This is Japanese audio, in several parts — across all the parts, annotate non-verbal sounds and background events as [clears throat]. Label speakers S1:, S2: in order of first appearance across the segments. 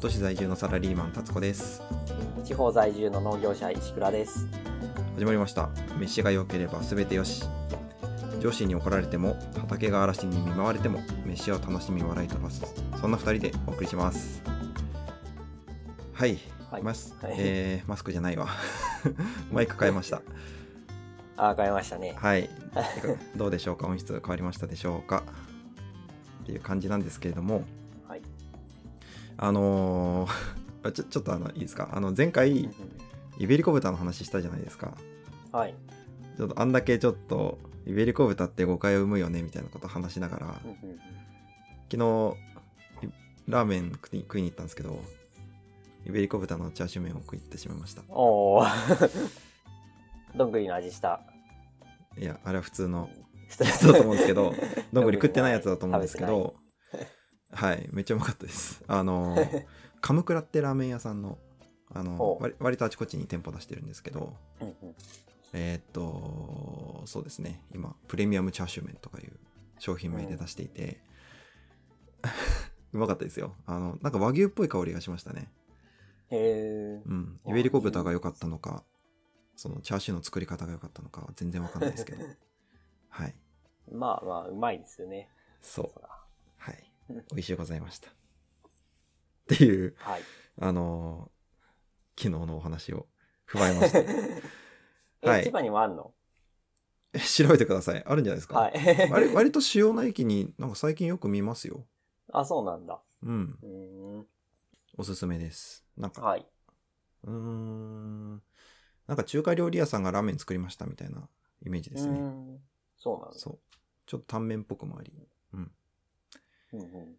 S1: 都市在住のサラリーマン達子です
S2: 地方在住の農業者石倉です
S1: 始まりました飯が良ければ全てよし上司に怒られても畑が嵐に見舞われても飯を楽しみ笑い飛ばすそんな2人でお送りしますはい、
S2: はい
S1: マス
S2: はい
S1: えーマスクじゃないわ [laughs] マイク変えました
S2: あー変えましたね [laughs]
S1: はいてかどうでしょうか音質変わりましたでしょうかっていう感じなんですけれども
S2: はい
S1: あのー [laughs] ちょちょっとあのいいですかあの前回イベリコ豚の話したじゃないですか
S2: はい
S1: ちょっとあんだけちょっとイベリコ豚って誤解を生むよねみたいなこと話しながら昨日いラーメン食い食いに行ったんですけどイベリコ豚のチャーシュー麺を食いってしまいました
S2: おお [laughs] どんぐりの味した
S1: いやあれは普通の
S2: そう
S1: やつだと思うんですけどどんぐり食ってないやつだと思うんですけ
S2: [laughs]
S1: どはいめっちゃうまかったですあのーカムクラってラーメン屋さんのあの
S2: ほう
S1: 割割とあちこちに店舗出してるんですけど
S2: うんうん
S1: えーっと、そうですね。今、プレミアムチャーシュー麺とかいう商品名で出していて、 [laughs] うまかったですよ。あの、なんか和牛っぽい香りがしましたね。
S2: [laughs] へえ
S1: うん。
S2: あ
S1: イベリコ豚が良かったのか、そのチャーシューの作り方が良かったのか、全然わかんないですけ
S2: [laughs]
S1: ど。はい。
S2: まあまあうまいですよね
S1: そう。
S2: [laughs]
S1: はい
S2: うん。
S1: 美味しいございました。っていう、
S2: はい
S1: あのー昨日のお話を踏まえま
S2: [laughs]
S1: した。
S2: え、
S1: [laughs] はい
S2: 千葉にもあんの
S1: え調べてください。あるんじゃないですか。
S2: はい
S1: 割割と主要な駅になんか最近よく見ますよ。
S2: あそうなんだ
S1: うん。
S2: うーん
S1: おすすめです。なんか、
S2: はい、
S1: うーん。なんか中華料理屋さんがラーメン作りましたみたいなイメージです
S2: うー
S1: ね。
S2: んそうなんだ
S1: そう。ちょっと単麺っぽくもあり。うん。
S2: うんうん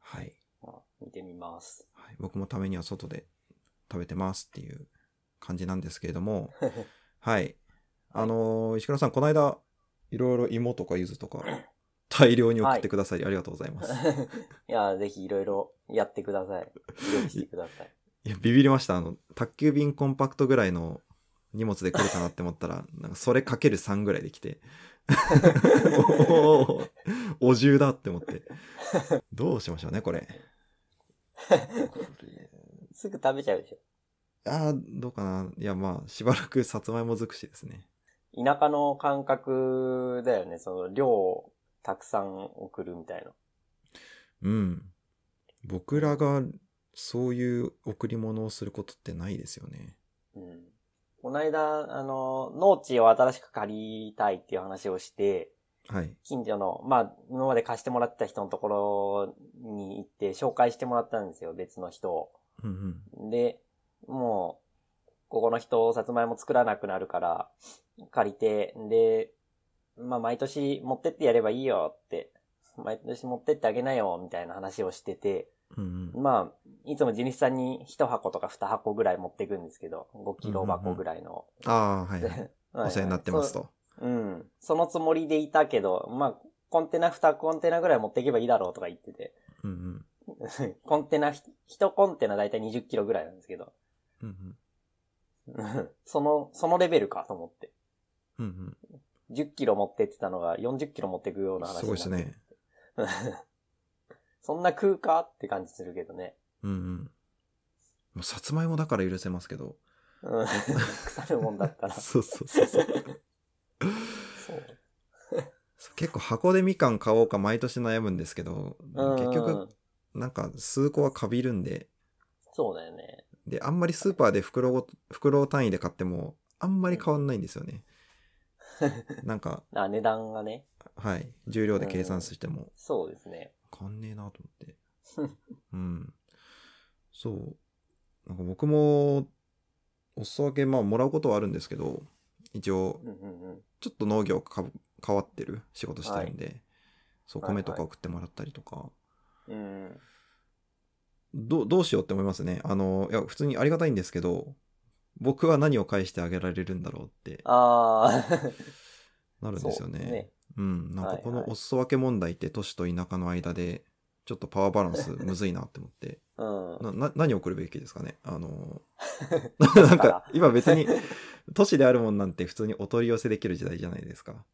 S1: はい。
S2: あ見てみます [laughs]
S1: はい、僕もためには外で食べてますっていう感じなんですけれど
S2: [laughs]
S1: も、はい。あのー石倉さん、この間、いろいろ芋とか柚子とか、大量に送ってくださり、ありがとうございます。
S2: いや、ぜひいろいろやってください。用意してください。
S1: いや、ビビりました。あの、宅急便コンパクトぐらいの荷物で来るかなって思ったら、なんかそれかける3ぐらいで来て、おーお重だって思って。どうしましょうね、これ。
S2: すぐ食べちゃうでしょ。
S1: ああ、どうかな。いや、まあ、しばらくさつまいも尽くしですね。
S2: 田舎の感覚だよね。その量をたくさん送るみたいな。
S1: うん。僕らがそういう贈り物をすることってないですよね。
S2: うん。この間、あの、農地を新しく借りたいっていう話をして、
S1: はい。
S2: 近所の、まあ、今まで貸してもらってた人のところに行って紹介してもらったんですよ。別の人を。
S1: うんうん。
S2: で、もう、ここの人、さつまいも作らなくなるから、借りて、で、まあ、毎年持ってってやればいいよって、毎年持ってってあげなよ、みたいな話をしてて、
S1: うんうん。
S2: まあ、いつも地主さんに一箱とか二箱ぐらい持ってくんですけど、5キロ箱ぐらいの。
S1: ああー、はいはい。
S2: [laughs]
S1: お世話になってます
S2: と。
S1: と。
S2: うん。そのつもりでいたけど、まあ、コンテナ二コンテナぐらい持っていけばいいだろうとか言って [laughs] て、
S1: うんうん。
S2: コンテナ、一コンテナだいたい20キロぐらいなんですけど、 [laughs]
S1: うんうん。
S2: うんその、そのレベルかと思って。
S1: うんうん。
S2: 10キロ持ってってたのが40キロ持ってくような話
S1: すごいです
S2: になって
S1: ね。
S2: る。そんな食うかって感じするけどね。
S1: うんうん。もうさつまいもだから許せますけど。
S2: うん
S1: [laughs]
S2: 腐るもんだったら。そ
S1: そうそうそうそう。
S2: う。
S1: 結構箱でみかん買おうか毎年悩むんですけど、
S2: うんうん
S1: 結局、なんか数個はかびるんで、
S2: そうだよね。
S1: で、あんまりスーパーで袋ごと、袋単位で買っても、あんまり変わんないんですよね。なんか、
S2: あ、値段がね。
S1: はい。重量で計算しても、
S2: そうですね。
S1: 変わんねえなと思っ
S2: [laughs]
S1: て。うん。そう。なんか僕も、お裾分け、まあ、もらうことはあるんですけど、一応、
S2: うんうんうん。
S1: ちょっと農業か変わってる仕事してるんで、そう
S2: はいは
S1: 米
S2: い
S1: とか送ってもらったりとか、
S2: うん。
S1: どうどうしようって思いますねあのいや普通にありがたいんですけど僕は何を返してあげられるんだろうって
S2: あ
S1: な
S2: あ。
S1: るん
S2: そ
S1: ですよ
S2: う
S1: ねうんなんかこ
S2: はい
S1: の
S2: はい
S1: お裾分け問題って都市と田舎の間でちょっとパワーバランスむずいなって思
S2: [laughs]
S1: って
S2: うん。
S1: なな何を送るべきですかねあ
S2: [laughs]
S1: の
S2: ら
S1: なんか今別に都市であるもんなんて普通にお取り寄せできる時代じゃないですか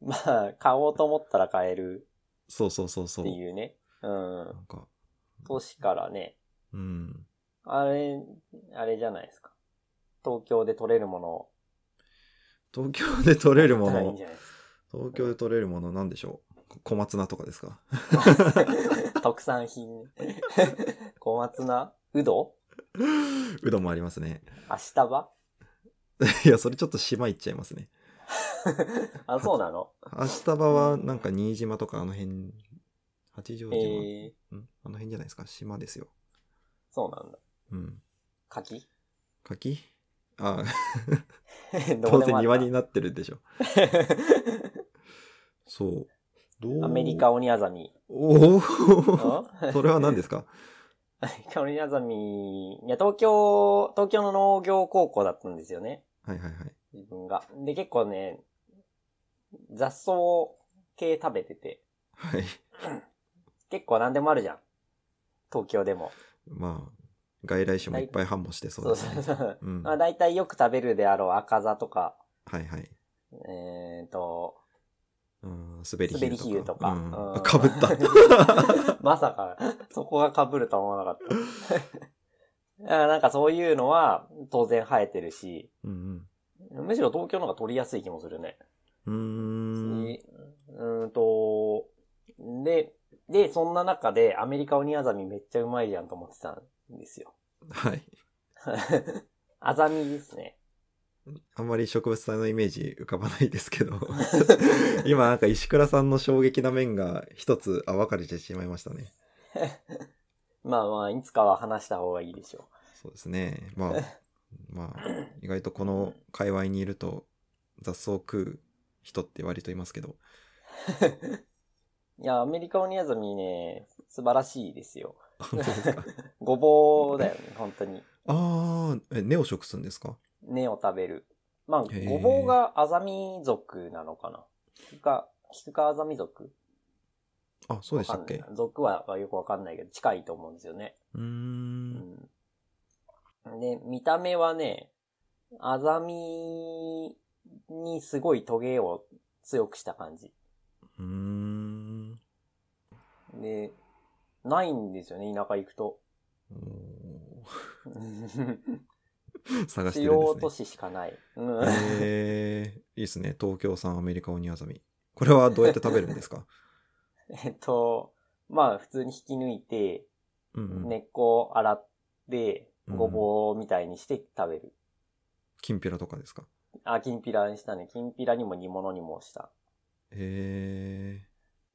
S2: まあ、買おうと思ったら買える
S1: そうそうそうそ
S2: っ
S1: う
S2: ていうね。うん。
S1: なんか、
S2: 都市からね、
S1: うん。
S2: あれ、あれじゃないですか。東京で取れるものを。
S1: 東京で取れるも
S2: 買ったらいいん
S1: の
S2: じ、ゃないです
S1: 東京で取れるものなんでしょうこ小松菜とかですか [laughs]
S2: か。特産品。小松菜うど
S1: うどんもありますね。 [laughs]
S2: 明日場
S1: いや、それちょっと島行っちゃいますね。
S2: あ、そうなの
S1: 明日場はなんか新島とかあの辺、八丈島、
S2: えー、
S1: うんあの辺じゃないですか島ですよ。
S2: そうなんだ。
S1: うん。 [laughs]
S2: 柿
S1: 柿ああ、
S2: どこ
S1: 当
S2: でも
S1: 然
S2: ある
S1: 庭になってるでしょ。そう。どう
S2: アメリカオニアザミ。
S1: おお
S2: ん
S1: [laughs] それは何です
S2: [laughs]
S1: か
S2: アメリカオニアザミ、いや、東京、東京の農業高校だったんですよね。
S1: はいはいはい。
S2: 自分が。で、結構ね、雑草系食べてて、
S1: はい。
S2: 結構何でもあるじゃん。東京でも。
S1: まあ、外来種もいっぱい繁茂してそう
S2: そう
S1: です
S2: そう
S1: ね。
S2: そう。
S1: うん。
S2: ま
S1: は
S2: あ
S1: い
S2: 大体よく食べるであろう赤座とか、
S1: はい。
S2: えっ、と、
S1: うん、滑り
S2: 滑り
S1: ヒ
S2: 比
S1: ル
S2: 喩
S1: と
S2: と
S1: か。
S2: か。
S1: うん [laughs]
S2: う
S1: あ
S2: ん
S1: かぶった。
S2: [laughs] まさか、そこが被るとは思わなかった。 [laughs] あなんかそういうのは当然生えてるし、
S1: うん
S2: むしろ東京の方が取りやすい気もするね。
S1: うん。うーん。
S2: にうーんと、で、で、そんな中でアメリカオニアザミめっちゃうまいじゃんと思ってたんですよ。 [laughs]
S1: はい。
S2: アザミですね。
S1: あんまり植物性のイメージ浮かばないですけど
S2: [laughs]
S1: 今なんか石倉さんの衝撃な面が一つ暴かれてしまいましたね
S2: まあまあ、いつかは話した方がいいでしょ
S1: そうですね
S2: [laughs]
S1: まあまあ意外とこの界隈にいると雑草食う人って割といますけ
S2: [laughs]
S1: ど
S2: う。いや、アメリカオニアザミね、素晴らしいですよ。
S1: 本当ですか
S2: ごぼうだよね、本当に。
S1: ああえ根を食すんですか
S2: 根を食べる。まあ、
S1: へー
S2: ごぼうがアザミ属なのかな。キクか、キクかアザミ属
S1: あそうでしたっけ
S2: わかんない属はよくわかんないけど、近いと思うんですよね。
S1: うーん
S2: うん。で、見た目はね、アザミにすごいトゲを強くした感じ。
S1: うーん
S2: で、ないんですよね、田舎行
S1: [laughs]
S2: くと。
S1: おー探して
S2: 主
S1: るん
S2: 要
S1: です
S2: 都
S1: ね
S2: 市しかない。うん。
S1: えー、いいですね東京産アメリカオニアザミこれはどうやって食べるんです
S2: [laughs]
S1: か
S2: [laughs] えっと、まあ普通に引き抜いて、
S1: うんうん
S2: 根っこを洗って、
S1: うん
S2: ごぼうみたいにして食べる。
S1: きんぴらとかですか
S2: あ、きんぴらにしたね。きんぴらにも煮物にもした。
S1: へ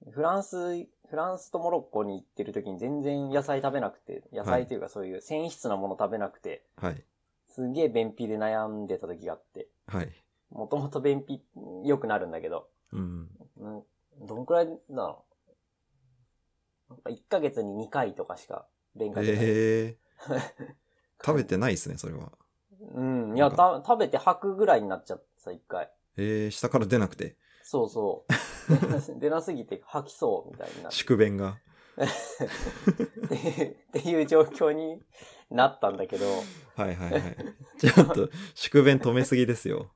S1: え
S2: フランス、フランスとモロッコに行ってる時に全然野菜食べなくて、野菜というかそういう繊維質なもの食べなくて、
S1: はい
S2: すげえ便秘で悩んでた時があって、
S1: はい
S2: もともと便秘良くなるんだけど、
S1: うん
S2: うん、どんくらいなのなんか ?1 ヶ月に2回とかしか便が出ない。
S1: へえ
S2: [laughs]
S1: 食べてないですねそれは
S2: うん。いや、た食べて吐くぐらいになっちゃってさ、一回。
S1: へえ下から出なくて
S2: そうそう。出な [laughs] す出なすぎて吐きそうみたいになっ
S1: 宿便が
S2: て、っていう状況になったんだけど、
S1: はいはい
S2: [laughs]
S1: はいちょっと宿便止めすぎですよ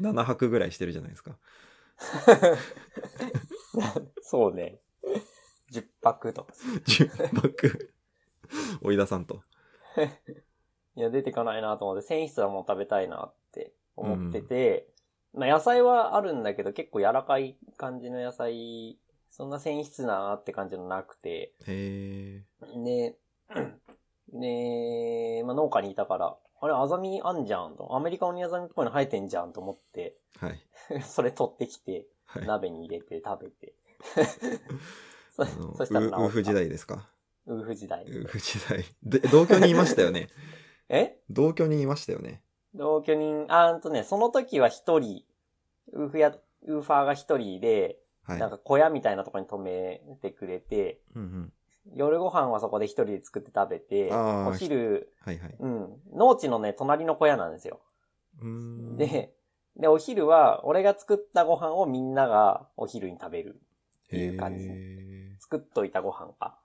S1: 7泊ぐらいしてるじゃないですか
S2: そうね。10泊とか。
S1: 10泊
S2: [laughs]
S1: 追い出さんと
S2: いや、出てかないなと思って、繊維質はもう食べたいなって思ってて、まあ野菜はあるんだけど、結構柔らかい感じの野菜、そんな繊維質なーって感じのなくて、
S1: へえ
S2: ね、ね、まあ農家にいたから、あれ、アザミあんじゃんと、アメリカオニアザミっぽいの生えてんじゃんと思って、 [laughs]
S1: はい
S2: それ取ってきて、
S1: はい
S2: 鍋に入れて食べて。そ
S1: あの
S2: そしたら
S1: ウウーフ時
S2: 代。
S1: 代ですか
S2: ウーフ時代
S1: ウ。ーフ時代で同居にいましたよ
S2: [laughs]
S1: ね
S2: え
S1: 同居にいましたよね
S2: 同居人、あーんとね、その時は一人、ウーフや、ウーファーが一人で、
S1: はい
S2: なんか小屋みたいなとこに泊めてくれて、
S1: うんうん
S2: 夜ご飯はそこで一人で作って食べて、
S1: あー
S2: お昼、
S1: はいはい
S2: うん、農地のね、隣の小屋なんですよ。
S1: うーん
S2: で、で、お昼は、俺が作ったご飯をみんながお昼に食べる。ていう感じ
S1: へ
S2: 作っといたご飯か。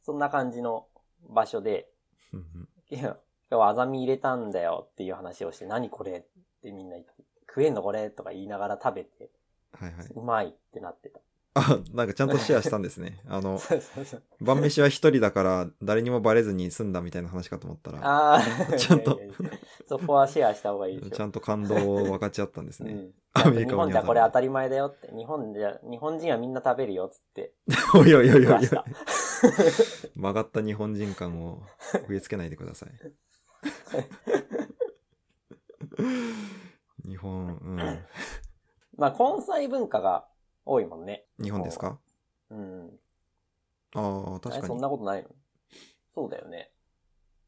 S2: そんな感じの場所で、
S1: ーうんうん
S2: いや、今日はアザミ入れたんだよっていう話をして、何これってみんな言って、食えんのこれとか言いながら食べて、
S1: はいはいう [laughs]
S2: まいってなってた。
S1: あ、なんかちゃんとシェアしたんです
S2: [laughs]
S1: ね。あの、
S2: そうそうそう。
S1: 晩飯は一人だから誰にもバレずに済んだみたいな話かと思ったら、
S2: ああ、
S1: [laughs] ちゃんと
S2: いやいやいや。 [laughs] そこはシェアした方がいいでしょ。
S1: ちゃんと感動を分かち合ったんです
S2: う
S1: ね。
S2: ん。
S1: [laughs] アメリ
S2: 日
S1: カも
S2: 本
S1: 似
S2: じ
S1: 合
S2: ゃ
S1: う
S2: これ当たり前だよって。日本じゃ、日本人はみんな食べるよっつって。
S1: おいおいおい
S2: 食
S1: お
S2: わ
S1: い
S2: した。 [laughs]
S1: 曲がった日本人感を植え付けないでくだ
S2: [laughs]
S1: さい。日本、う
S2: まあ、根菜文化が多いもんね。
S1: ん。日本ですか
S2: うん。
S1: ああ、確
S2: え
S1: か
S2: そん
S1: に。
S2: なことないのそうだよね。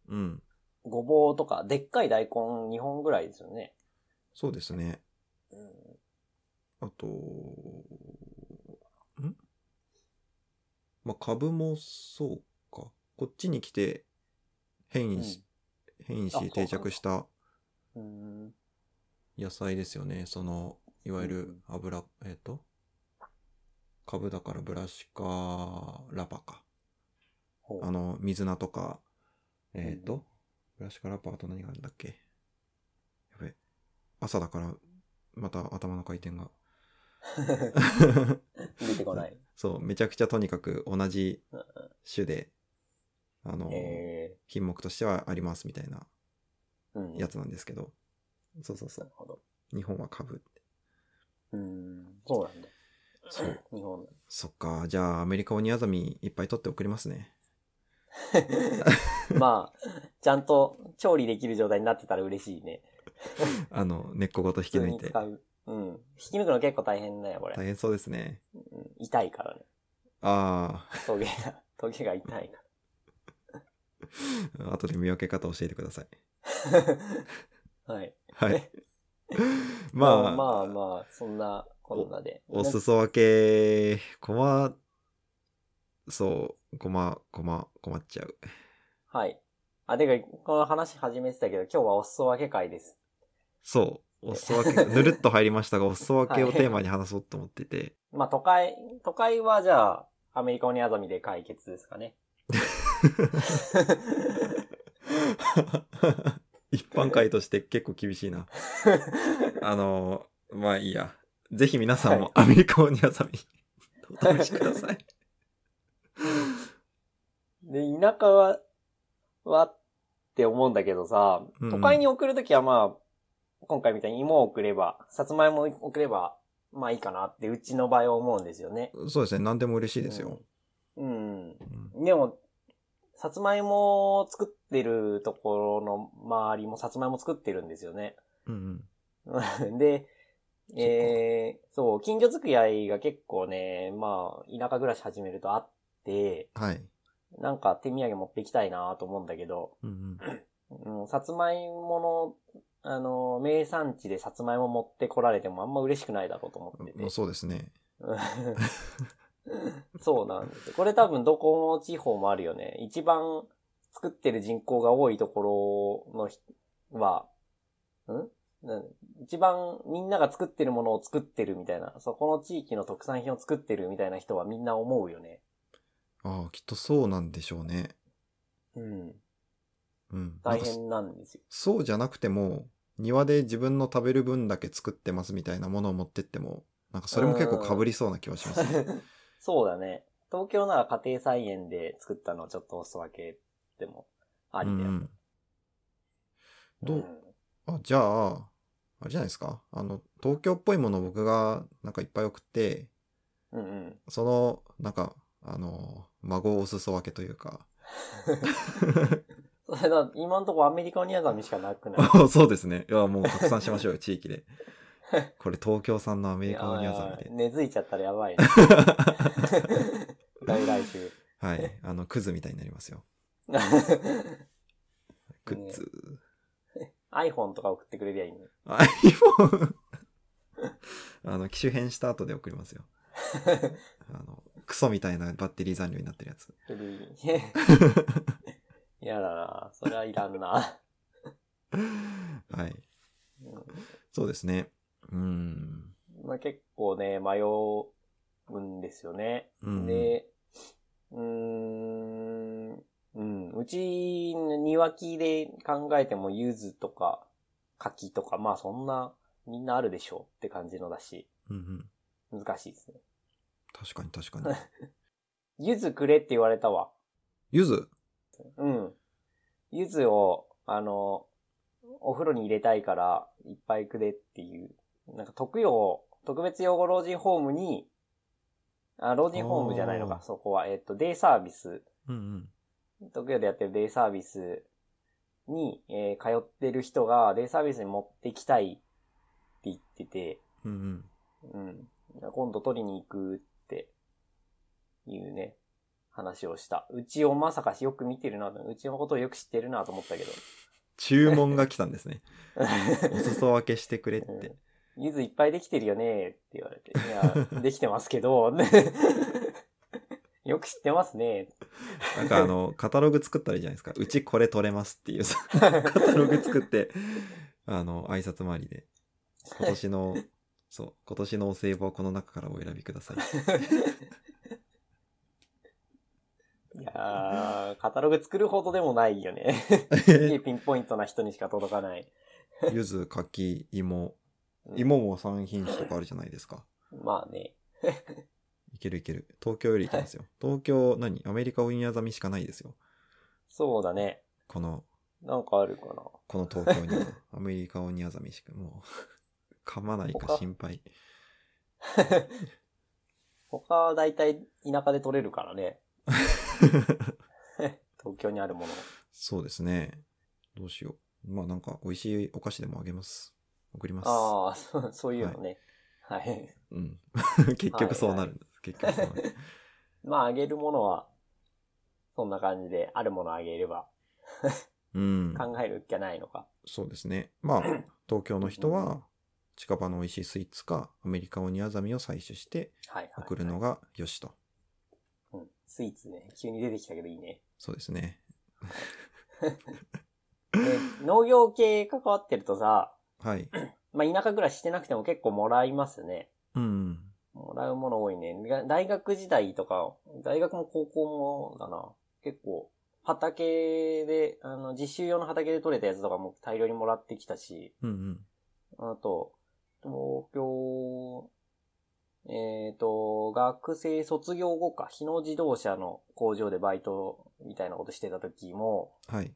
S1: うん。
S2: ごぼうとか、でっかい大根2本ぐらいですよね。
S1: そうですね。
S2: うん。
S1: あと、んまあ、株もそうか。こっちに来て変異し、変異
S2: あそう
S1: し
S2: か
S1: 定着した
S2: うん。
S1: 野菜ですよね。その、いわゆる油、えっ、と、株だからブラシカラパか。
S2: ほう
S1: あの、水菜とか、えっ、
S2: う
S1: と、ブラシカラパーと何があるんだっけ。やべ。朝だから、また頭の回転が。
S2: [laughs]
S1: [laughs]
S2: 出てこない。
S1: そう、めちゃくちゃとにかく同じ種で、あの、
S2: え
S1: 品目としてはありますみたいな
S2: ー。うん。
S1: やつなんですけど、そうそうそ
S2: なるほど。
S1: う、日本は株って。
S2: うん。そうなんだ。
S1: そう。
S2: 日本。
S1: そっか、じゃあアメリカオニアザミいっぱい取って送りますね。 [laughs]
S2: [laughs] まあ、ちゃんと調理できる状態になってたら嬉しいね。
S1: あの、根っこごと引き抜い
S2: 普通に
S1: て。
S2: 使う。うん。引き抜くの結構大変だよ、これ。
S1: 大変そうですね。
S2: うん痛いからね。
S1: あ
S2: トゲが、 [laughs] トゲが痛いか
S1: [laughs] あ、後で見分け方教えてください。
S2: ら。 [laughs] はい。
S1: [laughs] はい。
S2: ま
S1: ま
S2: あ
S1: あ、
S2: まあまあ、そんなこんなで。
S1: お裾分け、こま、そう、こま、こま、困っちゃう。
S2: はい。あ、てか、この話始めてたけど、今日はお裾分け会です。
S1: そう。お裾 [laughs] 分け、ぬるっと入りましたが、お裾分けをテーマに話そうと思ってて。
S2: まあ、都会、都会はじゃあ、アメリカオニアザミで解決です
S1: [laughs]
S2: かね。 [laughs]
S1: 一般会として結構厳しいな。あの、まあいいや。ぜひ皆さん
S2: は
S1: もアメリカオニアザミ、お試しください。
S2: で、田舎は、はって思うんだけどさ、
S1: うん
S2: 都会に送るときはまあ、今回みたいに芋を送れば、さつまいもを送れば、まあいいかなって、うちの場合は思うんですよね。
S1: [laughs] そうですね。何でも嬉しいですよ。
S2: うん。うん
S1: うん
S2: でも、さつまいもを作ってるところの周りもさつまいも作ってるんですよね。 [laughs]
S1: うん
S2: で、えー、そう、近所付き合いが結構ね、まあ、田舎暮らし始めるとあって、
S1: うん。はい。
S2: なんか手土産持っていきたいなと思うんだけど、
S1: うん
S2: うん、さつまいもの、あの、名産地でさつまいも持ってこられてもあんま嬉しくないだろうと思って
S1: う
S2: て
S1: ん。もう。そうですね。
S2: [laughs] そうなんですよ。これ多分どこも地方もあるよね。一番作ってる人口が多いところの人は、んなん一番みんなが作ってるものを作ってるみたいな、そこの地域の特産品を作ってるみたいな人はみんな思うよね。
S1: ああ、きっとそうなんでしょうね。
S2: うん。
S1: うん。
S2: 大
S1: なんか
S2: 変なんですよ。
S1: そうじゃなくても、庭で自分の食べる分だけ作ってますみたいなものを持ってっても、なんかそれも結構被りそうな気はしますね。
S2: そうだね。東京なら家庭菜園で作ったのをちょっとお裾分けでも [laughs] ありだよ。
S1: うんうんどう
S2: うん
S1: あ、じゃあ、あれじゃないですか。あの、東京っぽいものを僕がなんかいっぱい送って、
S2: うんうん。
S1: その、なんか、あの、孫お裾分けというか。
S2: それだ、今のところアメリカニアザミしかなくない。
S1: あ [laughs] そうですね。いや、もう拡散しま
S2: [laughs]
S1: しょうよ、地域で。これ東京産のアメリカのニャザミ
S2: いや
S1: で
S2: ー。根付いちゃったらや
S1: [laughs]
S2: ばいね。大来週。
S1: はい。あの、クズみたいになりますよ。クッズ。
S2: iPhone とか送ってくれりゃいい
S1: [laughs]
S2: のに。
S1: iPhone あの、機種変した後で送りますよ。あの、クソみたいなバッテリー残量になってるやつ。
S2: 古い。やだなそれはいらんな。
S1: はい。
S2: うん
S1: そうですね。うん。
S2: まあ、結構ね、迷うんですよね。
S1: うん
S2: で、うーん、うん、うち、庭木で考えても、柚子とか、柿とか、まあそんな、みんなあるでしょうって感じのだし、
S1: うんうん
S2: 難しいですね。
S1: 確かに確かに。
S2: ゆずくれって言われたわ。
S1: ゆず
S2: うん。ゆずを、あの、お風呂に入れたいから、いっぱいくれっていう。なんか、特養、特別養護老人ホームに、あ、老人ホームじゃないの
S1: あ
S2: か、
S1: ー
S2: そこは。えっ、と、デイサービス、
S1: うんうん。
S2: 特養でやってるデイサービスに、えー通ってる人が、デイサービスに持ってきたいって言ってて、
S1: うんうん。
S2: うん。今度取りに行くって、いうね、話をした。うちをまさかしよく見てるな、うちのことをよく知ってるなと思っ
S1: [laughs]
S2: たけど。
S1: 注文が来たんですね。お裾分けしてくれって。
S2: ゆずいっぱいできてるよねって言われ
S1: [laughs]
S2: て。いや、できてますけど、 [laughs] よく知ってますね。
S1: なんかあの、カタログ作ったらいいじゃないですか。うちこれ取れますっていうさ、カタログ作
S2: [laughs]
S1: って、あの、挨拶回りで、今年の、そう、今年のお歳暮はこの中からお選びください。
S2: [laughs] いやー、カタログ作るほどでもないよね。す
S1: [laughs]
S2: げえピンポイントな人にしか届かない。
S1: 柚子、柿、芋。
S2: うん
S1: 芋も3品種とかあるじゃないですか。
S2: まあね。
S1: いけるいける。東京よりいけますよ。東京、何アメリカ運屋ザミしかないですよ。
S2: そうだね。
S1: この、
S2: なんかあるかな。
S1: この東京に
S2: [laughs]
S1: は。アメリカオニアザミしか、もう、噛まないか心配。
S2: 他は大体田舎で取れるか
S1: [laughs]
S2: らね。東京にあるもの。
S1: そうですね。どうしよう。まあなんか美味しいお菓子でもあげます。送ります。
S2: ああ、そうそういうのね。はい。
S1: うん。 [laughs] 結局そうなるんです。結局そう
S2: [laughs]
S1: なる。
S2: まあ、あげるものは、そんな感じで、あるものあげれば、
S1: うん。
S2: 考えるっきゃないのか。
S1: そうですね。まあ、東京の人は、近場の美味しいスイーツか、アメリカオニアザミを採取して
S2: はい、はい。
S1: 送るのがよしと。
S2: うん。スイーツね、急に出てきたけどいいね。
S1: そうですね。
S2: で農業系関わってるとさ、
S1: はい。
S2: まあ、田舎暮らししてなくても結構もらいますね。
S1: うん。
S2: もらうもの多いね。が大学時代とか、大学も高校もだな。結構、畑で、あの、実習用の畑で採れたやつとかも大量にもらってきたし、
S1: うんうん。
S2: あと、東京、えっ、と、学生卒業後か、日野自動車の工場でバイトみたいなことしてた時も、
S1: はい。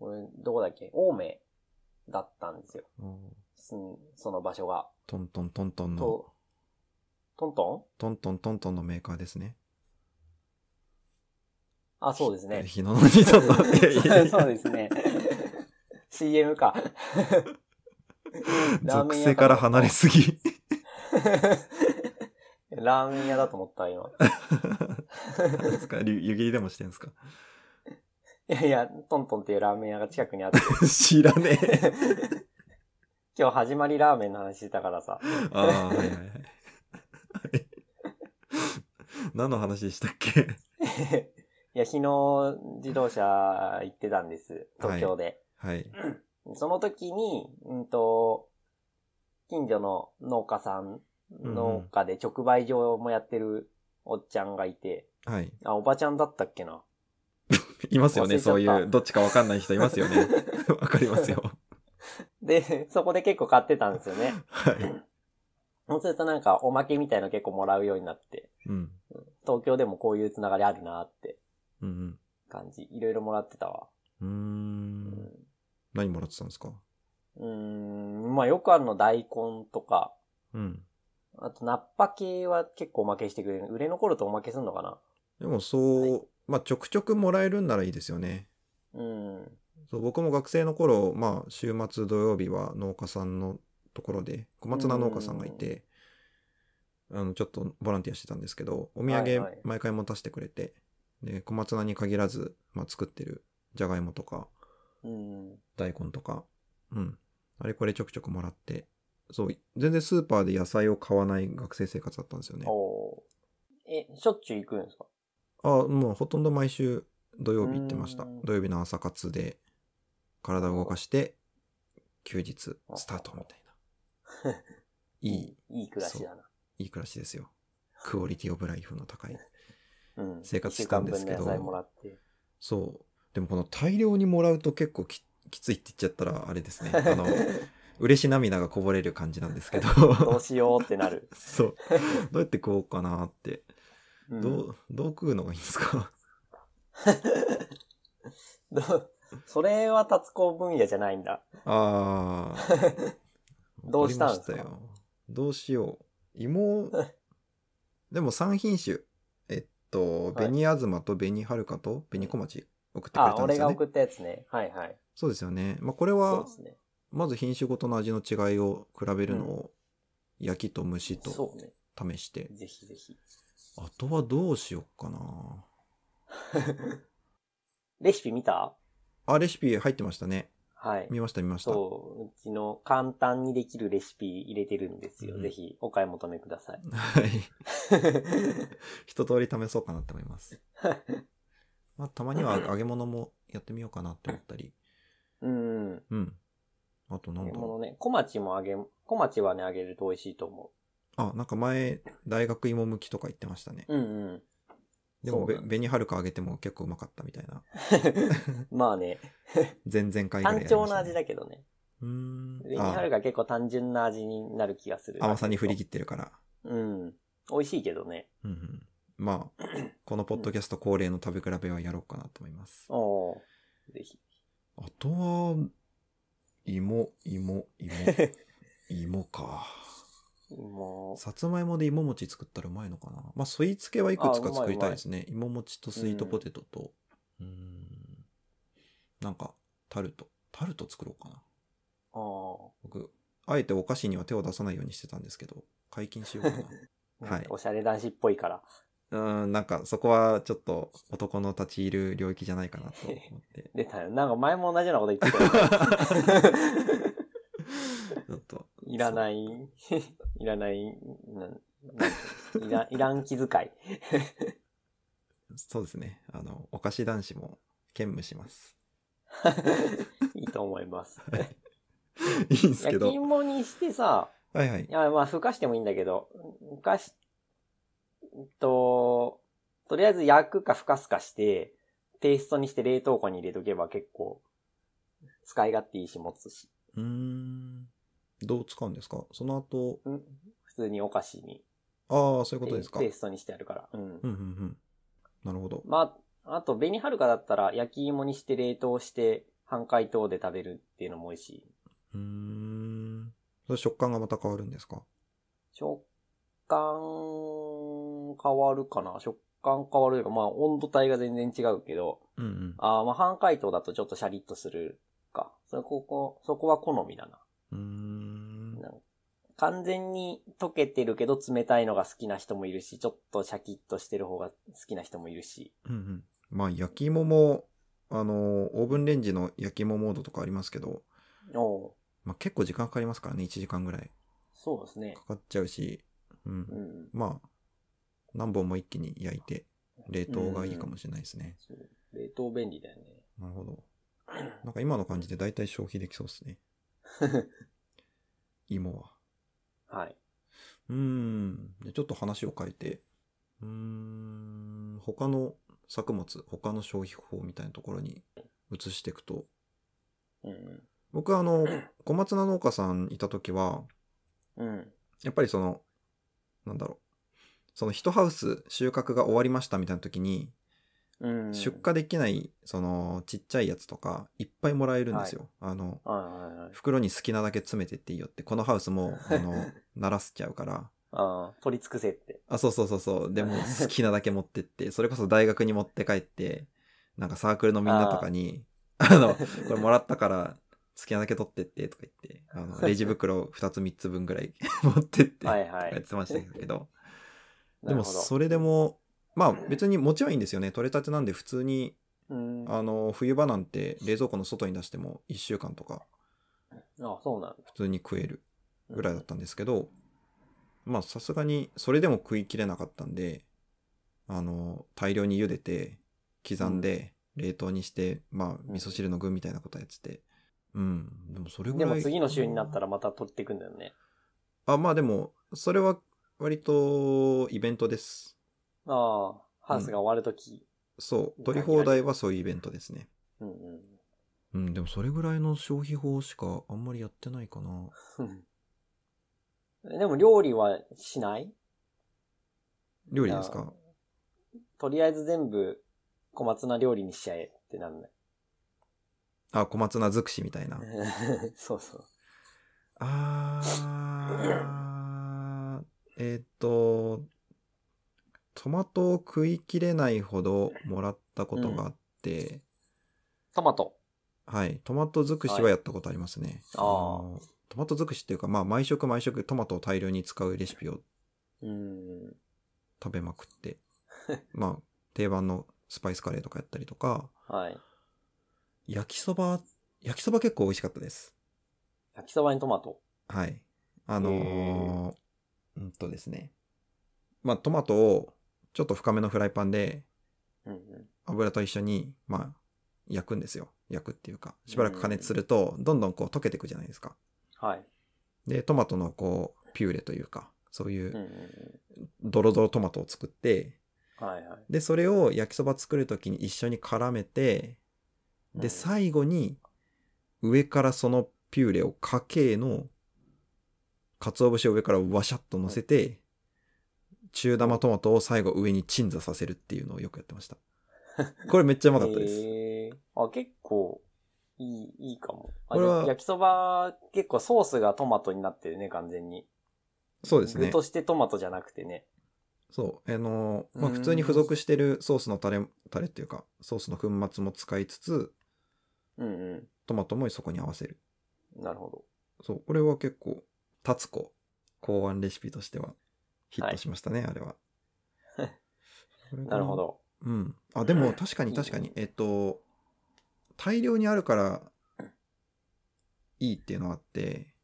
S2: これ、どこだっけ青梅だったんですよ。
S1: おー
S2: すんその場所が。
S1: トントントントンの、
S2: と、トント
S1: トントントントンのメーカーですね。
S2: ンあ、そうですね。
S1: [laughs] 日野のにトントンって。
S2: [laughs] そうですね。CM か。ラー
S1: [laughs] 属
S2: メン屋
S1: 性から離れすぎ。
S2: ラーメン屋だと思った、今。
S1: [laughs] 何ですか湯湯切りでもしてんすか
S2: いやいや、トントンっていうラーメン屋が近くにあって、
S1: 知らねえ。
S2: 今日始まりラーメンの話してたからさ。 [laughs]
S1: ああ、はいはい [laughs] はい。はい何の話でしたっけ
S2: いや、日野自動車行ってたんです。東京で。
S1: はい。
S2: その時に、うんと、近所の農家さん、
S1: ん
S2: 農家で直売所もやってるおっちゃんがいて、
S1: はい。
S2: あ、おばちゃんだったっけな。
S1: いますよ
S2: 忘
S1: ね、
S2: れちゃった
S1: そういう、どっちかわかんない人いますよ
S2: [laughs]
S1: ね。わかりますよ。
S2: で、そこで結構買ってたんですよね。
S1: はい。
S2: そうするとなんかおまけみたいの結構もらうようになって、
S1: うん。
S2: 東京でもこういうつながりあるなって
S1: うん
S2: 感じ、いろいろもらってたわ。
S1: うん。うーん。何もらってたんですか
S2: うん、うんまあよくあるの大根とか、
S1: うん。
S2: あと、ナッパ系は結構おまけしてくれる。売れ残るとおまけすんのかな
S1: でもそう、まあちょくちょくもらえるんならいいですよね。
S2: うん。
S1: そう僕も学生の頃、まあ週末土曜日は農家さんのところで、小松菜農家さんがいて、あの、ちょっとボランティアしてたんですけど、お土
S2: はい
S1: 産
S2: はい
S1: 毎回持たせてくれて、で、小松菜に限らず、まあ作ってるじゃがいもとか、
S2: うん。
S1: 大根とか、うん。あれこれちょくちょくもらって、そう、全然スーパーで野菜を買わない学生生活だったんですよね。
S2: おーえ、しょっちゅう行くんですか
S1: あ、もうほとんど毎週土曜日行ってました
S2: うん。
S1: 土曜日の朝活で、体を動かして、休日スタートみたいな。いい、。
S2: いい暮らしだな。
S1: いい暮らしです
S2: [laughs]
S1: よ。クオリティオブライフの高い。
S2: うん。
S1: 生活してたんですけど
S2: 一週間分の野菜もらって。
S1: そう。でもこの大量にもらうと結構ききついって言っちゃったらあれ
S2: [laughs]
S1: ですね。あの、嬉し涙がこぼれる感じなんですけど。
S2: どうしようってなる。
S1: そう。どうやって食おうかなって
S2: うん
S1: どう、どう食うのがいいんですか
S2: どう [laughs] それは達子分野じゃないんだ。
S1: ああ。
S2: [laughs] どうしたんですか
S1: わりまよどうしよう。
S2: [laughs]
S1: 芋、でも3品種。えっと、
S2: はい
S1: 紅あずまと紅はるかと紅小町送ってくれ
S2: あ、
S1: たんで
S2: 俺
S1: す
S2: が
S1: よね。
S2: 送ったやつね。はいはい。
S1: そうですよね。まあ、これ
S2: そう
S1: は
S2: で、すね。
S1: まず品種ごとの味の違いを比べるのを、焼きと蒸しと
S2: そうね。
S1: 試して。
S2: ぜひぜひ。 [laughs]
S1: あとはどうしようかな。
S2: レシピ見た
S1: あ、レシピ入ってましたね。
S2: はい。
S1: 見ました、見ました。は
S2: そう、うちの簡単にできるレシピ入れてるんですよ。
S1: うん
S2: ぜひお買い求めく
S1: [laughs]
S2: ださい。
S1: い。一通り試そうかなって思い
S2: [laughs]
S1: ます。まあ、たまには揚げ物もやってみようかなって思ったり。
S2: うん。
S1: うん。あとなん
S2: 揚げ
S1: だ
S2: 物
S1: ろ
S2: ね。小町も揚げ、小町はね、揚げると美味しいと思
S1: う。あ、なんか前、大学芋向きとか言ってましたね。
S2: う。うん
S1: [laughs]
S2: うん。
S1: でも、
S2: そう
S1: べ
S2: なんだ
S1: 紅はるか揚げても結構うまかったみたいな。
S2: まあね、
S1: 前々回ぐらいやり
S2: 単
S1: ましたね
S2: 調な味だけどね。
S1: うーん。
S2: 上に
S1: あ
S2: あるが結構単純な味になる気がする。
S1: 甘さに振り切ってるから。
S2: うん。美味しいけどね。
S1: うんうん。ま
S2: [clears throat]
S1: あ、このポッドキャスト恒例の食べ比べはやろうかなと思います。あ
S2: おお。ぜひ。
S1: とは、芋、芋、
S2: [laughs]
S1: 芋、芋か。
S2: もう、
S1: さつまいもで芋餅作ったらうまいのかなまあ、スイーツ系はいくつ
S2: あうま
S1: か
S2: い
S1: 作りたいですね。芋餅とスイートポテトと、うーん、なんか、タルト。タルト作ろうかな。
S2: あ
S1: 僕、あえてお菓子には手を出さないようにしてたんですけど、解禁しようかな。
S2: [laughs] あ、
S1: はい
S2: おしゃれ男子っぽいから。
S1: うーん、なんかそこはちょっと男の立ち入る領域じゃないかなと思
S2: [laughs]
S1: って。
S2: 出たよ。なんか前も同じよう
S1: [laughs]
S2: なこと言ってたよ。
S1: ちょっと。。
S2: いらないい、いらない、なんなんいらいらん気遣い。
S1: [laughs] そうですね。あの、お菓子男子も兼務し
S2: [laughs]
S1: ます。
S2: いいと思います。
S1: いいんですけ
S2: 焼き
S1: ど。
S2: 芋にしてさ、
S1: はいはい
S2: い。や、まあ、ふかしてもいいんだけど、ふかし、うんと、とりあえず焼くかふかすかして、テイストにして冷凍庫に入れとけば結構、使い勝手いいし持つし、
S1: うーん。どう使うんですかその後、
S2: うん普通にお菓子に、
S1: ああ、そういうこと
S2: テイ
S1: ですか。
S2: テイ
S1: う
S2: ストにしてあるから。うん。
S1: んうんうん。なるほど。
S2: まあ、あと、紅はるかだったら焼き芋にして冷凍して、半解凍で食べるっていうのも美味しい。
S1: うーん。それ食感がまた変わるんですか
S2: 食感変わるかな食感変わるというか、まあ温度帯が全然違うけど、
S1: うんうん。
S2: あーまあ半解凍だとちょっとシャリッとするか。それここ、そこは好みだな。
S1: うーん。
S2: なんか完全に溶けてるけど冷たいのが好きな人もいるし、ちょっとシャキッとしてる方が好きな人もいるし。
S1: うんうん。まあ、焼き芋も、あの、オーブンレンジの焼き芋モードとかありますけど、
S2: おう
S1: まあ、結構時間かかりますからね、1時間ぐらい
S2: そうですね
S1: か。かっちゃうし、うん。
S2: うん。
S1: まあ、何本も一気に焼いて、冷凍がいいかもしれないですね。
S2: そう冷凍便利だよね。
S1: なるほど。なんか今の感じで大体消費できそうですね。芋は。
S2: はい。
S1: うーん。でちょっと話を変えて、うーん、他の作物、他の消費法みたいなところに移していくと、
S2: うん。
S1: 僕はあ
S2: [clears throat]
S1: の、小松菜農家さんいた時は、
S2: うん。
S1: やっぱりその、なんだろう。その一ハウス収穫が終わりましたみたいな時に、
S2: うん。
S1: 出荷できない、その、ちっちゃいやつとか、いっぱいもらえるんですよ。あの、
S2: はいはいはい。
S1: 袋に好きなだけ詰めてっていいよって、このハウスも、あ
S2: [laughs]
S1: の、鳴らしちゃうから。
S2: ああ、取り尽くせって。
S1: あ、そうそうそうそう。でも、好きなだけ持って
S2: [laughs]
S1: って、それこそ大学に持って帰って、なんかサークルのみんなとかに、 [laughs] あの、これもらったから、好きなだけ取ってって、とか言って、あ
S2: [laughs]
S1: の、レジ袋2つ3つ分ぐらい [laughs] 持ってって、
S2: は
S1: や
S2: いはい。
S1: ってましたけど。
S2: [laughs] な
S1: で
S2: る
S1: も
S2: ほど
S1: それでも、まあ別に持ちはいいんですよね。取れたてなんで普通に、
S2: うん。
S1: あの、冬場なんて冷蔵庫の外に出しても1週間とか
S2: あ、そうなんだ。
S1: 普通に食えるぐらいだったんですけど、まあさすがにそれでも食いきれなかったんで、あの、大量に茹でて、刻んで、冷凍にして、まあ味噌汁の具みたいなことやってて、うん、でもそれぐ
S2: で
S1: らい。
S2: も次の週になったらまた取っていくんだよね。
S1: あ、まあでも、それは割とイベントです。
S2: ああ、ハウスが終わるとき。
S1: そう、取り放題はそういうイベントですね。
S2: うんうん。
S1: うん、でもそれぐらいの消費法しかあんまりやってないかな。
S2: [laughs] でも料理はしない
S1: 料理ですか
S2: とりあえず全部小松菜料理にしちゃえってなんない。
S1: あ、小松菜尽くしみたいな。
S2: [laughs] そうそう。
S1: あー、えーっと、トマトを食いきれないほどもらったことがあって、
S2: トマト。
S1: はい、トマト尽くしはやったことありますね。
S2: はいあー
S1: のトマト尽くしっていうか、まあ、毎食毎食トマトを大量に使うレシピを
S2: うん。
S1: 食べまく
S2: [laughs]
S1: って、まあ、定番のスパイスカレーとかやったりとか、
S2: はい。
S1: 焼きそば、焼きそば結構美味しかったです。
S2: 焼きそばにトマト。
S1: はい。あのー、うんとですね。まあ、トマトをちょっと深めのフライパンで
S2: うんうん。
S1: 油と一緒に、まあ、焼くんですよ。焼くっていうか、しばらく加熱すると、どんどんこう溶けていくじゃないですか。
S2: はい。
S1: で、トマトのこう、ピューレというか、そうい
S2: うん
S1: う
S2: うんう
S1: ドロドロトマトを作って、
S2: ん。はいはい。
S1: で、それを焼きそば作るときに一緒に絡めて、
S2: うん
S1: で、最後に、上からそのピューレをかけの、鰹節を上からワシャッと乗せて、中玉トマトを最後上に鎮座させるっていうのをよくやってました。これめっちゃうまかったです。
S2: [laughs] へーあ、結構、いい、いいかも。あ
S1: これは
S2: や焼きそば、結構ソースがトマトになってるね、完全に。
S1: そうです
S2: 具
S1: ね
S2: と。してトマトじゃなくてね。
S1: そう。あのーまあ
S2: うん
S1: 普通に付属してるソースのタレ、タレっていうか、ソースの粉末も使いつつ、
S2: うんう
S1: トマトもそこに合わせる。
S2: ん。なるほど。
S1: そう。これは結構、タツコ考案レシピとしてはヒットしましたね、あれは。それか
S2: なるほ。ど。
S1: うん。あ、でも確かに確か
S2: い
S1: に
S2: い、
S1: えっと、大量にあるからいいっていうのはあって、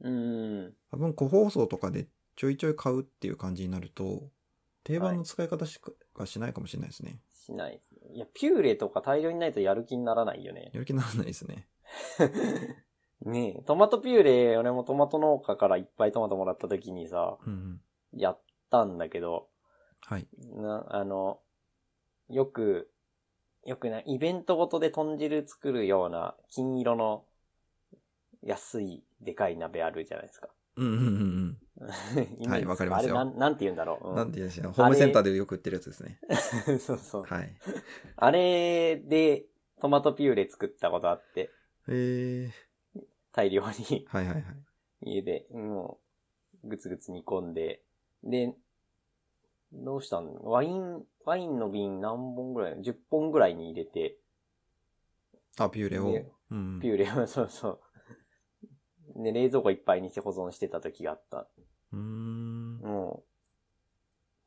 S2: うん。
S1: 多分個包装とかでちょいちょい買うっていう感じになると、定番
S2: は
S1: の使い方しか、がしないかもしれないですね。
S2: しない。いや、ピューレとか大量にないとやる気にならないよね。
S1: やる気にならないですね。
S2: [laughs] ねえ、トマトピューレ、俺もトマト農家からいっぱいトマトもらった時にさ、
S1: うんうん。
S2: やったんだけど、
S1: はい。
S2: な、あの、よく、よくな、イベントごとで豚汁作るような金色の安いでかい鍋あるじゃないで
S1: [laughs]
S2: すか。
S1: うんうんうん
S2: イメージつ
S1: わかりますよ
S2: あれなん、なんて言うんだろ
S1: う。
S2: う。うんん
S1: なんて言うんでしょう。ホームセンターでよく売ってるやつですね。
S2: [laughs] そうそう。
S1: はい。
S2: あれでトマトピューレ作ったことあって、
S1: えー、
S2: 大量に。 [laughs]
S1: はいはいはい。
S2: 家で、もう、ぐつぐつ煮込んで、で、どうしたんワイン、ワインの瓶何本ぐらい ?10 本ぐらいに入れて、
S1: あ、ピューレを。
S2: ね
S1: うん。
S2: ピューレを、 [laughs] そうそう。で、冷蔵庫いっぱいにして保存してた時があった。
S1: うーん。
S2: も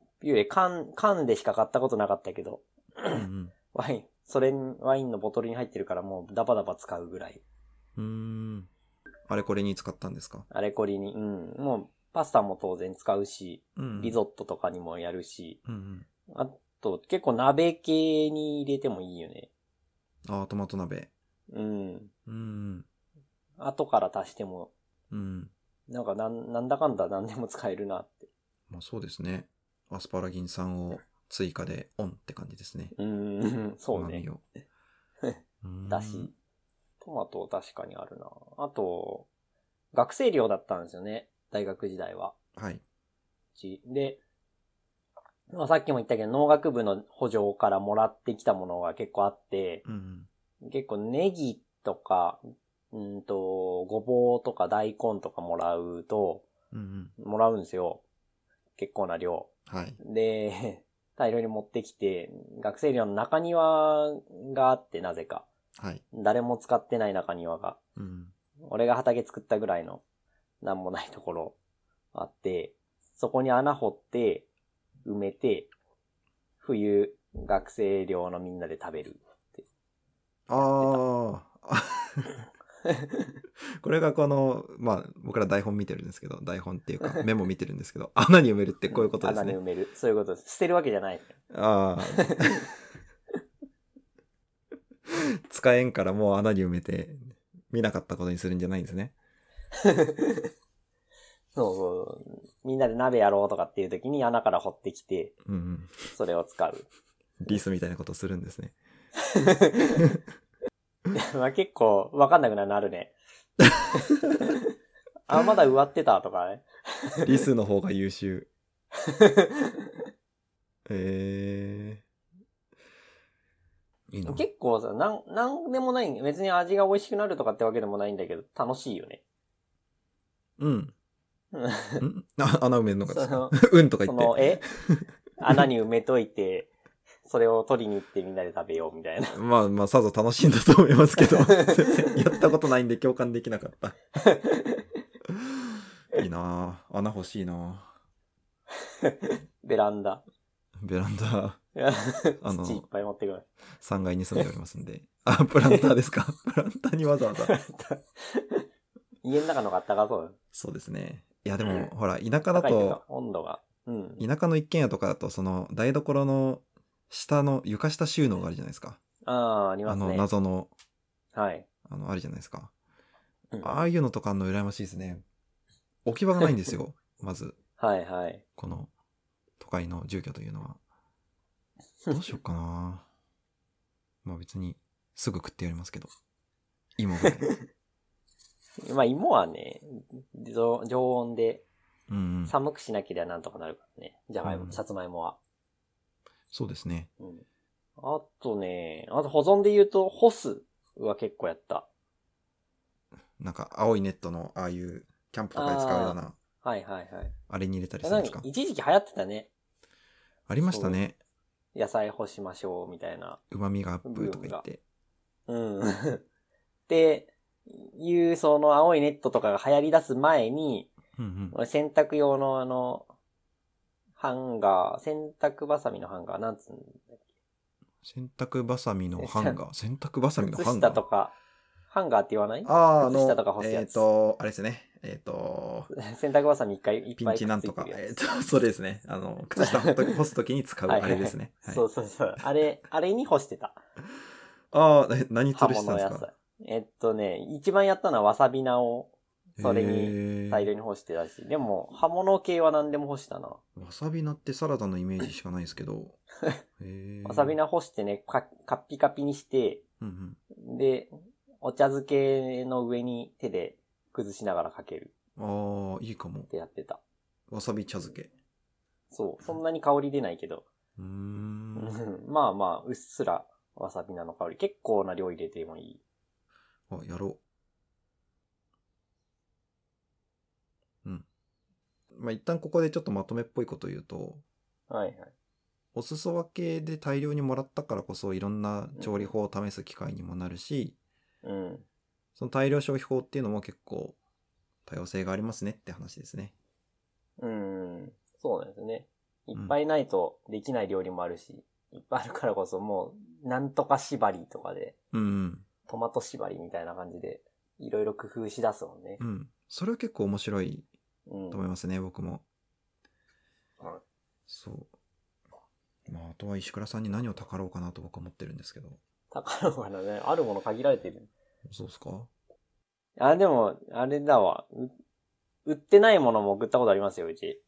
S2: う、ピューレ缶、缶でしか買ったことなかったけど、
S1: うん
S2: ワイン、それに、ワインのボトルに入ってるからもうダバダバ使うぐらい。
S1: うん。うーん。あれこれに使ったんですか
S2: あれこれに、うん。もう、パスタも当然使うし、
S1: うん。
S2: リゾットとかにもやるし、
S1: うんうん。
S2: あと、結構鍋系に入れてもいいよね。
S1: あー、トマト鍋。
S2: うん。
S1: うん
S2: 後から足しても、
S1: うん。うん。
S2: なんかなん、なんだかんだ何でも使えるなって。
S1: まあそうですね。アスパラギン酸を追加でオンって感じですね。
S2: うん、そうね
S1: 旨味。を。うーん
S2: だし。トマト確かにあるな。あと、学生寮だったんですよね。大学時代は。
S1: はい。
S2: うちで、まあ、さっきも言ったけど、農学部の補助からもらってきたものが結構あって、
S1: うん
S2: 結構ネギとか、うんと、ごぼうとか大根とかもらうと、
S1: うん。うんうん。
S2: もらうんですよ。結構な量。
S1: はい。
S2: で、 [laughs] 大量に持ってきて、学生寮の中庭があって、なぜか。
S1: はい。
S2: 誰も使ってない中庭が。
S1: うん。
S2: 俺が畑作ったぐらいの、なんもないところあって、そこに穴掘って、埋めて、冬、学生寮のみんなで食べる。
S1: ああ。 [laughs] これがこの、まあ、僕ら台本見てるんですけど、台本っていうか、メモ見てるんですけど、穴に埋めるってこういうことです
S2: 穴に
S1: ね
S2: 埋。める。そういうことです。捨てるわけじゃない。
S1: ああ。使えんからもう穴に埋めて、見なかったことにするんじゃないんですね。
S2: そうそう。みんなで鍋やろうとかっていう時に穴から掘ってきて、
S1: うんうん。
S2: それを使う。 [laughs]
S1: リスみたいなことするんですね。
S2: まあ結構わかんなくなるね。
S1: [laughs]
S2: あ、まだ植わってたとかね。 [laughs]
S1: リスの方が優秀。えいいな。
S2: 結構さ、なん、なんでもない、別に味が美味しくなるとかってわけでもないんだけど、楽しいよね。
S1: うん。
S2: うん
S1: んあ穴埋めるのかです
S2: そ
S1: か
S2: の
S1: うんとか
S2: そ
S1: 言っ
S2: の、え [laughs] 穴に埋めといて、それを取りに行ってみんなで食べようみたいな。 [laughs]
S1: て。まあまあ、さぞ楽しいんだと思いますけど、全然やったことないんで共感できなかった。いいなあ穴欲しいなあ
S2: ベランダ。
S1: ベランダあの
S2: 土いっぱい持ってくる。
S1: 3階に住んでおりますんで。あ、プランターです
S2: [laughs]
S1: かプランターにわざわざ。
S2: 家の中の方があったかそう
S1: そうですね。いや、でも、ほら、田舎
S2: だ。
S1: だ
S2: 高いけど
S1: と、、
S2: 温度が。うん。
S1: 田舎の一軒家とかだと、その、台所の下の、床下収納があるじゃないですか。
S2: ああ、ありま
S1: あ
S2: す
S1: の、
S2: ね。
S1: 謎の、
S2: はい。
S1: あの、あるじゃないですか。
S2: うん
S1: ああいうのとかあんの羨ましいですね。置き場がないんですよ。 [laughs] まず、
S2: はいはい。
S1: この都会の住居というのは。どうしようかな。まあ別にすぐ食ってやりますけど。芋
S2: [laughs]
S1: ぐらい。
S2: まあ、芋はね、常常温で、
S1: うん、うん。
S2: 寒くしなければなんとかなるからね。じゃがいも、
S1: うん
S2: さつまいもは。
S1: そうですね。
S2: うん。あとね、あと保存で言うと、干すは結構やった。
S1: なんか青いネットのああいうキャンプとかで使うような、あ
S2: はいはいはい。
S1: れに入れたりするん
S2: なん
S1: です
S2: か
S1: か
S2: 一時期流行ってたね。
S1: ありましたね。
S2: 野菜干しましょう、みたいな。
S1: うまみがアップとか言って。
S2: うん。っていう、その青いネットとかが流行り出す前に、
S1: うんうん。
S2: 俺洗濯用のあの、ハンガー、洗濯バサミのハンガー、なんつうん
S1: 洗濯バサミのハンガ
S2: [laughs]
S1: ー。洗濯バサミの
S2: 靴
S1: ハン
S2: 下
S1: ガ
S2: と
S1: ー。
S2: か、ハンガーって言わない
S1: ああ、あ
S2: 靴下とか
S1: の
S2: 干、す
S1: え
S2: や
S1: っ、
S2: つ
S1: と、あれですね。えっ、と、
S2: 洗濯バサミ一回いっ
S1: ピ
S2: ぱ
S1: ン
S2: い
S1: チ
S2: くっ
S1: なん
S2: つ
S1: と
S2: い
S1: か
S2: て、るや
S1: え
S2: つ
S1: っ、と、 [laughs] そうですね。あの、靴下ほんと干すときに使う
S2: [laughs] はい
S1: あ
S2: はいはい
S1: れですね。はい
S2: そうそうそう。あれ、あれに干して
S1: [laughs]
S2: た。
S1: ああ、え何
S2: 刃
S1: 吊るしてた
S2: 物
S1: んです
S2: 野
S1: か
S2: 菜。えっとね、一番やったのはわさび菜をそれに
S1: に
S2: 大量に干してたし、でも刃物系は何でも干したな。
S1: わさび菜ってサラダのイメージしかないですけ
S2: [laughs]
S1: ど。へー
S2: わさび菜干してね、かカッピカピにして、
S1: うんうん。
S2: で、お茶漬けの上に手で崩しながらかける
S1: ああ、いいかも
S2: っ。てやってた。
S1: わさび茶漬け。
S2: そう。そんなに香り出ないけど。 [laughs]
S1: うーん。
S2: まあまあ、うっすらわさび菜の香り。結構な量入れてもいい。
S1: あ、やろう。うん。まあ、一旦ここでちょっとまとめっぽいこと言うと、
S2: はいはい。
S1: お裾分けで大量にもらったからこそいろんな調理法を試す機会にもなるし、
S2: うん。
S1: その大量消費法っていうのも結構多様性がありますねって話ですね。
S2: うん。そうなんですね。いっぱいないとできない料理もあるし、いっぱいあるからこそもう、なんとか縛りとかで、
S1: うんうん。
S2: トマト縛りみたいな感じで、いろいろ工夫しだすもんね
S1: う。ん。それは結構面白い
S2: うん
S1: と。思いますね、僕も。
S2: はい
S1: そう。まあ、あとは石倉さんに何をたかろうかなと僕は思ってるんですけど。
S2: 宝物ね、あるもの限られてる。
S1: そうですか
S2: あ、でも、あれだわ。う売ってないものも送ったことありますよ、うち。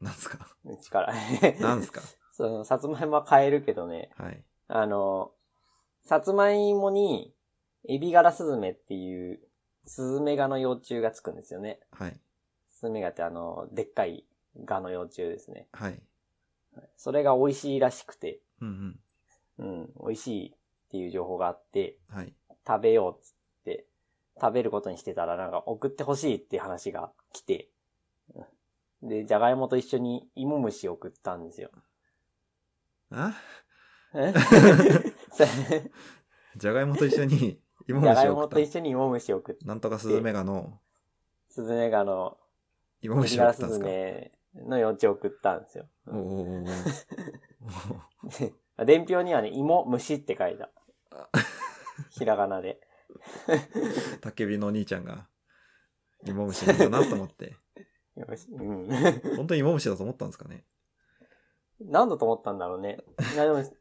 S1: なんすか
S2: うちから。
S1: なんすか
S2: [laughs] その、さつまいもは買えるけどね。
S1: はい。
S2: あの、さつまいもに、エビガラスズメっていう、スズメガの幼虫がつくんですよね。
S1: はい。
S2: スズメガってあの、でっかいガの幼虫ですね。
S1: はい。
S2: それが美味しいらしくて、
S1: うんうん。
S2: うん、美味しいっていう情報があって、
S1: はい。
S2: 食べようっつって、食べることにしてたらなんか送ってほしいって話が来て、で、じゃがいもと一緒に芋虫を送ったんですよ。
S1: あ
S2: [laughs] え
S1: じゃがいもと一緒に芋
S2: じゃが
S1: 虫
S2: い
S1: を
S2: も
S1: 送
S2: と
S1: っ
S2: 一緒に芋虫を送って、
S1: た。なんとかスズメガの
S2: スズメガの
S1: 芋
S2: エビ
S1: 虫
S2: ガ
S1: を
S2: ラ
S1: 送
S2: ス
S1: ったんで
S2: ズ
S1: すか
S2: メの幼虫を送ったんですよ。
S1: おーおーおーおーおー
S2: で伝票にはね、芋虫って
S1: [laughs]
S2: 書いた
S1: あ。
S2: ひらがなで。
S1: 焚き火のお兄ちゃんが芋虫なんだなと思って。
S2: よしうん。
S1: 本当に芋虫だと思ったんですかね
S2: 何だと思ったんだろうね。いやでも、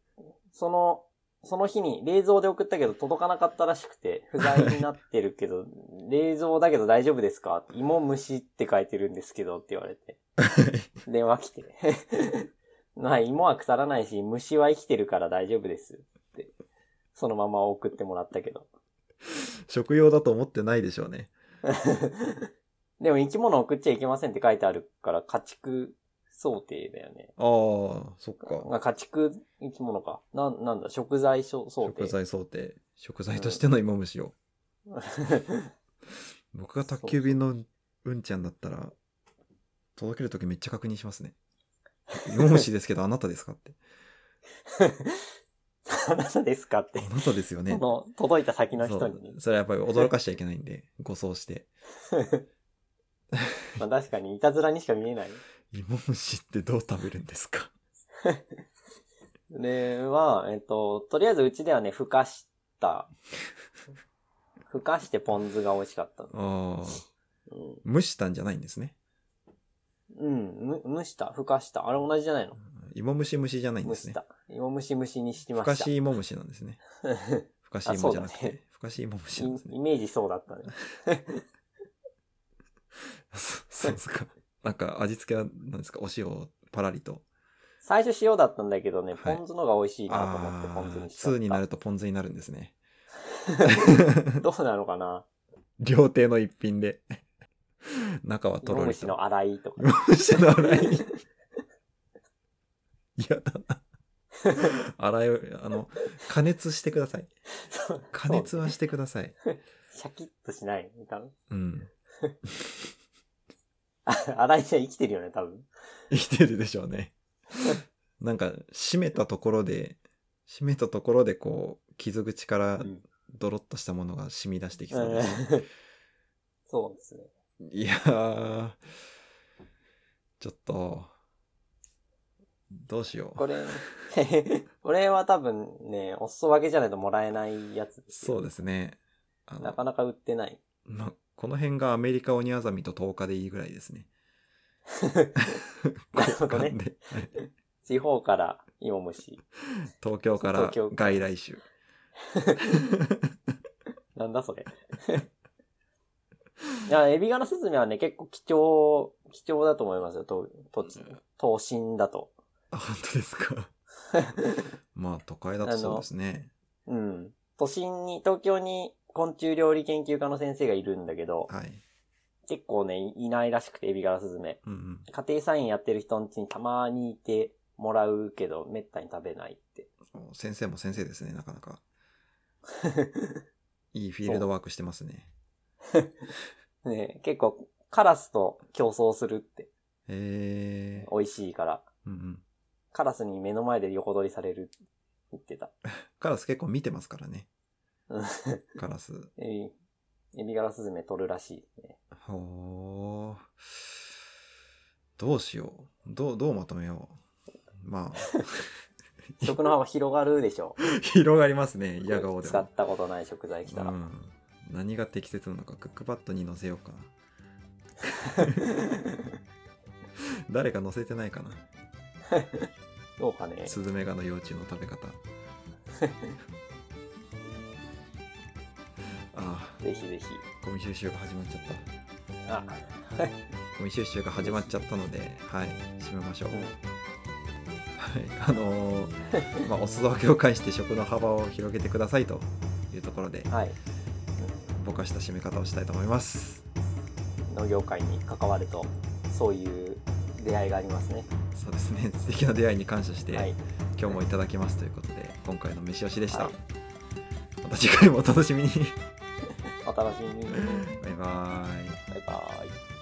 S2: その、その日に冷蔵で送ったけど届かなかったらしくて、不在になってるけど、 [laughs] 冷蔵だけど大丈夫ですか芋虫って書いてるんですけどって言われて。電話来て。 [laughs] まあ、芋は腐らないし、虫は生きてるから大丈夫ですって。そのまま送ってもらったけど。 [laughs]
S1: 食用だと思ってないでしょうね。
S2: でも生き物送っちゃいけませんって書いてあるから、家畜想定だよね。
S1: ああ、そっか。
S2: あ家畜生き物か。なん、なんだ、食材想想定。
S1: 食材想定。食材としての芋虫を。
S2: [laughs]
S1: 僕が宅急便のうんちゃんだったら、届けるときめっちゃ確認しますね。芋虫です
S2: [laughs]
S1: けど、あなたですかって。
S2: あなたですかって。
S1: あなたですよね
S2: そ。の、届いた先の人にね
S1: そう。それはやっぱり驚かしちゃいけないんで、誤送して。
S2: まあ確かに、いたずらにしか見えない。
S1: 芋虫ってどう食べるんです
S2: [laughs]
S1: か
S2: それは、えっと、とりあえずうちではね、ふかした。ふかしてポン酢が美味しかったの。
S1: ああ、蒸したんじゃないんですね。
S2: うん。うん、む蒸した、ふかした。あれ同じじゃないの
S1: 芋虫虫じゃないん
S2: 蒸
S1: です
S2: し
S1: ね。
S2: た。芋蒸し蒸しにして
S1: ふ
S2: ま
S1: か
S2: した。
S1: し芋虫なんですね。ふかし
S2: あ
S1: 芋
S2: そう
S1: じゃ
S2: だ
S1: な
S2: ね
S1: くて、ふかし芋虫なんです
S2: [laughs] イ
S1: ね。
S2: イメージそうだったね。
S1: そそうですか。なんか味付けは何ですかお塩をパラリと。
S2: 最初塩だったんだけどね、
S1: はい
S2: ポン酢のが美味しいなと思ってポ
S1: あ
S2: ン酢
S1: あ、
S2: にしちゃった。
S1: 通になるとポン酢になるんですね。
S2: どうなのかな
S1: 料亭の一品で。中はとろ
S2: 芋
S1: り
S2: 虫
S1: [laughs] と。
S2: の洗いとか。
S1: 虫の洗い。嫌だな。洗いを、あの、加熱してください。
S2: そう
S1: 加熱はしてください。
S2: シャキッとしない。多分
S1: うん。
S2: あ [laughs] 洗いじゃ生きてるよね、多分。
S1: 生きてるでしょうね。なんか、閉めたところで、閉めたところでこう、傷口から
S2: うん
S1: ドロッとしたものが染み出してきそうですね。
S2: うん [laughs] そうですね。
S1: いやー、ちょっと、どうしよ
S2: こ
S1: う。
S2: れ、 [laughs] これは多分ね、お裾分けじゃないともらえないやつですよ
S1: そうですね。あ
S2: な
S1: の
S2: かなか売って
S1: [laughs]
S2: ない。
S1: ま、この辺がアメリカオニアザミと10日でいいぐらいですね。
S2: [laughs] なるほどね
S1: 交換 [laughs] ではい
S2: 地方から芋虫。
S1: 東京から
S2: 東京から
S1: 外来種。
S2: なんだそれ。 [laughs] いや、エビガラスズメはね、結構貴重、貴重だと思いますよ、と、と、都心だと。
S1: あ、本当です
S2: [laughs]
S1: か。まあ、都会だとそうですね。
S2: うん。都心に、東京に昆虫料理研究家の先生がいるんだけど、
S1: はい。
S2: 結構ね、いいないらしくて、エビガラスズメ。
S1: うんうん。
S2: 家庭菜園やってる人んちにたまにいてもらうけど、めったに食べないって。
S1: お先生も先生ですね、なかな
S2: [laughs]
S1: か。いいフィールドワークしてますね。
S2: ね結構、カラスと競争するって、
S1: へえ。
S2: 美味しいから。
S1: うんうん。
S2: カラスに目の前で横取りされるって言っ
S1: [laughs]
S2: てた。
S1: カラス結構見てますからね。
S2: うん
S1: カラス。
S2: エビ、エビガラスズメ取るらしいですね。
S1: ほー。どうしよう。どう、どうまとめよう。ま
S2: 食の幅広がるでしょ。
S1: あ、広がりますね、 [laughs] 嫌顔で
S2: 使
S1: も
S2: っ。たことない食材来
S1: う
S2: たら。
S1: ん。何が適切なのか、クックパッドに載せようかな。
S2: [laughs]
S1: 誰か載せてないかな。
S2: どうかね。
S1: スズメガの幼虫の食べ
S2: [laughs]
S1: 方。あ
S2: ぜひぜひ。
S1: あ、ゴミ収集が始まっちゃった。
S2: あ、
S1: ゴミ収集が始まっちゃったので、はい、締めましょう。はい、あのーまあ、お裾分けを介して食の幅を広げてくださいというところで、
S2: はい。
S1: ぼかした締め方をしたいと思います。
S2: 農業界に関わると、そういう出会いがありますね。
S1: そうですね、 [laughs] 素敵な出会いに感謝して、
S2: はい。
S1: 今日もいただきますということで、今回の飯押しでした。
S2: はい
S1: また次回もお楽しみに。
S2: お楽しみに。
S1: バイバーイ。
S2: バイバイ。